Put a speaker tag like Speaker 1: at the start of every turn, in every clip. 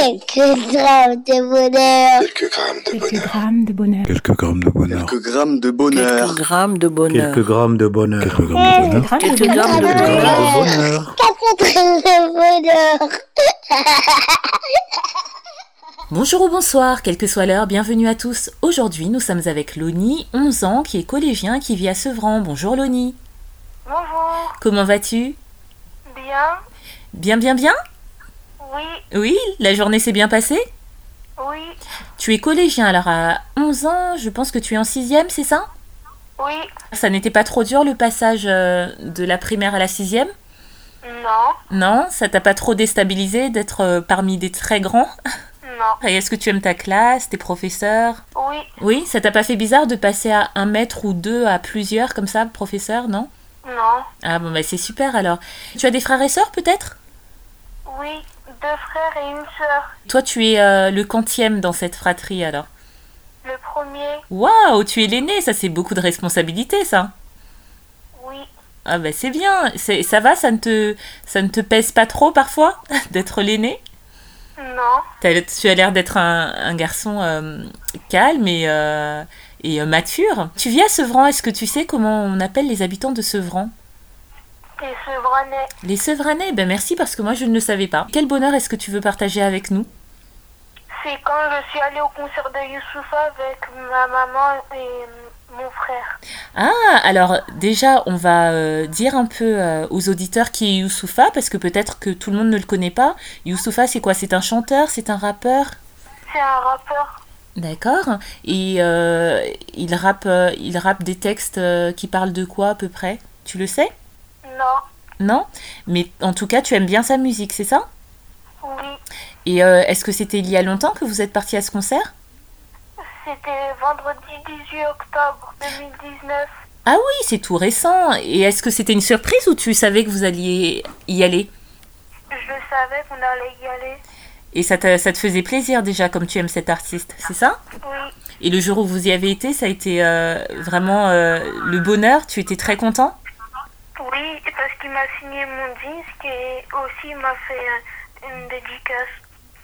Speaker 1: Quelques grammes de bonheur.
Speaker 2: Quelques grammes de
Speaker 3: Quelques
Speaker 2: bonheur.
Speaker 3: grammes de bonheur.
Speaker 4: Quelques grammes de bonheur.
Speaker 5: Quelques grammes de bonheur.
Speaker 6: Quelques grammes de bonheur.
Speaker 7: Quelques grammes de bonheur.
Speaker 4: Quelques grammes de bonheur.
Speaker 3: Quelques
Speaker 6: Quelques
Speaker 3: grammes
Speaker 6: grammes
Speaker 3: de
Speaker 6: de
Speaker 3: bonheur.
Speaker 6: bonheur.
Speaker 1: Quatre grammes de bonheur.
Speaker 8: Bonjour ou bonsoir, quelle que soit l'heure, bienvenue à tous. Aujourd'hui, nous sommes avec Loni, 11 ans, qui est collégien, qui vit à Sevran. Bonjour Loni.
Speaker 9: Bonjour,
Speaker 8: Comment vas-tu
Speaker 9: bien,
Speaker 8: Bien, bien, bien
Speaker 9: oui,
Speaker 8: Oui, la journée s'est bien passée
Speaker 9: oui,
Speaker 8: Tu es collégien, alors à 11 ans, je pense que tu es en 6ème, c'est ça
Speaker 9: oui,
Speaker 8: Ça n'était pas trop dur le passage euh, de la primaire à la 6ème
Speaker 9: non,
Speaker 8: Non Ça t'a pas trop déstabilisé d'être euh, parmi des très grands
Speaker 9: non,
Speaker 8: Et est-ce que tu aimes ta classe, tes professeurs
Speaker 9: oui,
Speaker 8: Oui, ça t'a pas fait bizarre de passer à un maître ou deux à plusieurs comme ça, professeurs, non
Speaker 9: non,
Speaker 8: Ah bon bah c'est super alors. Tu as des frères et sœurs peut-être
Speaker 9: oui, deux frères et une sœur.
Speaker 8: Toi tu es euh, le quantième dans cette fratrie alors.
Speaker 9: Le premier,
Speaker 8: Waouh, tu es l'aîné, ça c'est beaucoup de responsabilité ça.
Speaker 9: oui,
Speaker 8: Ah bah c'est bien, c'est, ça va, ça ne, te, ça ne te pèse pas trop parfois d'être l'aîné
Speaker 9: non,
Speaker 8: T'as- Tu as l'air d'être un, un garçon euh, calme et, euh, et euh, mature. Tu vis à Sevran, est-ce que tu sais comment on appelle les habitants de Sevran
Speaker 9: et Sevranais,
Speaker 8: Les Sevranais, ben merci parce que moi je ne le savais pas. Quel bonheur est-ce que tu veux partager avec nous
Speaker 9: C'est quand je suis allée au concert de Youssoufa avec ma maman et mon frère.
Speaker 8: Ah, alors déjà, on va euh, dire un peu euh, aux auditeurs qui est Youssoufa, parce que peut-être que tout le monde ne le connaît pas. Youssoufa, c'est quoi C'est un chanteur C'est un rappeur
Speaker 9: C'est un rappeur,
Speaker 8: D'accord. Et euh, il, rappe, euh, il rappe des textes euh, qui parlent de quoi à peu près Tu le sais
Speaker 9: non,
Speaker 8: Non Mais en tout cas, tu aimes bien sa musique, c'est ça
Speaker 9: oui,
Speaker 8: Et euh, est-ce que c'était il y a longtemps que vous êtes parti à ce concert
Speaker 9: c'était vendredi 18 octobre 2019.
Speaker 8: Ah oui, c'est tout récent. Et est-ce que c'était une surprise ou tu savais que vous alliez y aller
Speaker 9: Je savais qu'on allait y aller,
Speaker 8: Et ça, t'a- ça te faisait plaisir déjà, comme tu aimes cet artiste, c'est ça
Speaker 9: oui,
Speaker 8: Et le jour où vous y avez été, ça a été euh, vraiment euh, le bonheur Tu étais très content
Speaker 9: oui, parce qu'il m'a signé mon disque et aussi il m'a fait euh, une dédicace.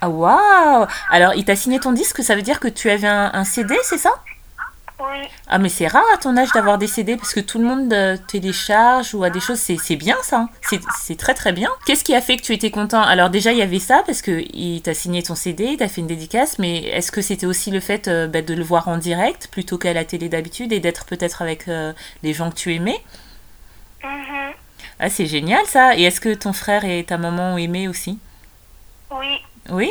Speaker 8: Ah waouh Alors, il t'a signé ton disque, ça veut dire que tu avais un, un CD, c'est ça
Speaker 9: Oui,
Speaker 8: Ah mais c'est rare à ton âge d'avoir des CD, parce que tout le monde euh, télécharge ou a des choses, c'est c'est bien ça, hein. c'est c'est très très bien. Qu'est-ce qui a fait que tu étais content Alors déjà, il y avait ça, parce que il t'a signé ton CD, il t'a fait une dédicace, mais est-ce que c'était aussi le fait euh, bah, de le voir en direct, plutôt qu'à la télé d'habitude, et d'être peut-être avec euh, les gens que tu aimais
Speaker 9: Mhm.
Speaker 8: Ah, c'est génial ça. Et est-ce que ton frère et ta maman ont aimé aussi
Speaker 9: oui.
Speaker 8: Oui.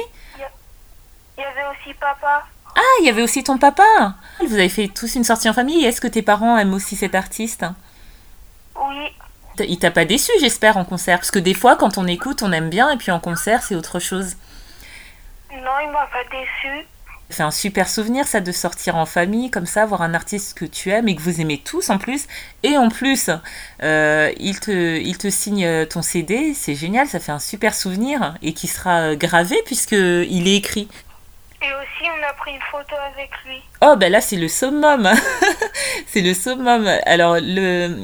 Speaker 9: Il y avait aussi papa.
Speaker 8: Ah, il y avait aussi ton papa. Vous avez fait tous une sortie en famille. Est-ce que tes parents aiment aussi cet artiste
Speaker 9: Oui,
Speaker 8: T- Il t'a pas déçu, j'espère, en concert. Parce que des fois, quand on écoute, on aime bien, et puis en concert, c'est autre chose.
Speaker 9: non, il m'a pas déçu.
Speaker 8: C'est un super souvenir, ça, de sortir en famille, comme ça, voir un artiste que tu aimes et que vous aimez tous en plus. Et en plus, euh, il, te, il te signe euh, ton CD, c'est génial, ça fait un super souvenir et qui sera euh, gravé puisqu'il est écrit.
Speaker 9: Et aussi, on a pris une photo avec lui.
Speaker 8: Oh ben là c'est le summum, c'est le summum. Alors le,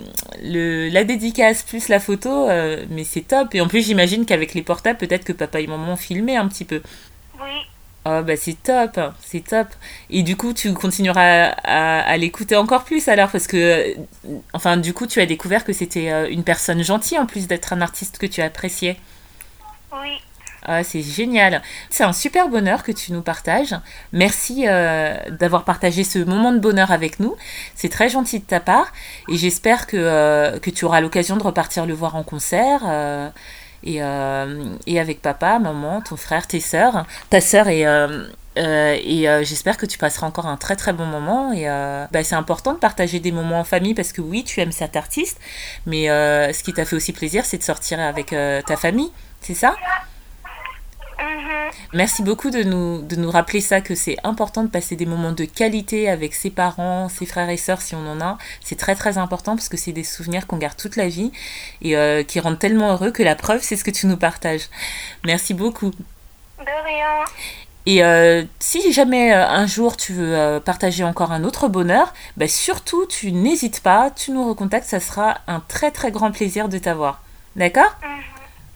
Speaker 8: le la dédicace plus la photo, euh, mais c'est top. Et en plus j'imagine qu'avec les portables peut-être que papa et maman ont filmé un petit peu.
Speaker 9: Oui,
Speaker 8: Oh ben c'est top, c'est top. Et du coup tu continueras à, à- à l'écouter encore plus alors parce que euh, enfin du coup tu as découvert que c'était euh, une personne gentille en plus d'être un artiste que tu appréciais.
Speaker 9: oui,
Speaker 8: Ah, c'est génial. C'est un super bonheur que tu nous partages. Merci euh, d'avoir partagé ce moment de bonheur avec nous. C'est très gentil de ta part. Et j'espère que, euh, que tu auras l'occasion de repartir le voir en concert. euh, et, euh, et avec papa, maman, ton frère, tes sœurs. Ta sœur et... euh, euh, et euh, j'espère que tu passeras encore un très très bon moment. Et euh, bah, c'est important de partager des moments en famille parce que oui, tu aimes cet artiste, mais euh, ce qui t'a fait aussi plaisir, c'est de sortir avec euh, ta famille, c'est ça
Speaker 9: Mhm.
Speaker 8: Merci beaucoup de nous, de nous rappeler ça, que c'est important de passer des moments de qualité avec ses parents, ses frères et sœurs si on en a. C'est très très important parce que c'est des souvenirs qu'on garde toute la vie et euh, qui rendent tellement heureux que la preuve c'est ce que tu nous partages. Merci beaucoup.
Speaker 9: de rien.
Speaker 8: Et euh, si jamais euh, un jour tu veux euh, partager encore un autre bonheur, bah, surtout tu n'hésites pas, tu nous recontactes, ça sera un très très grand plaisir de t'avoir. D'accord
Speaker 9: Mhm.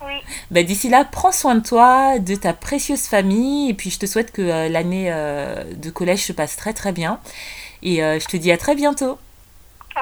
Speaker 9: Oui,
Speaker 8: Bah, D'ici là, prends soin de toi, de ta précieuse famille, et puis je te souhaite que euh, l'année euh, de collège se passe très très bien. Et euh, je te dis à très bientôt.
Speaker 9: à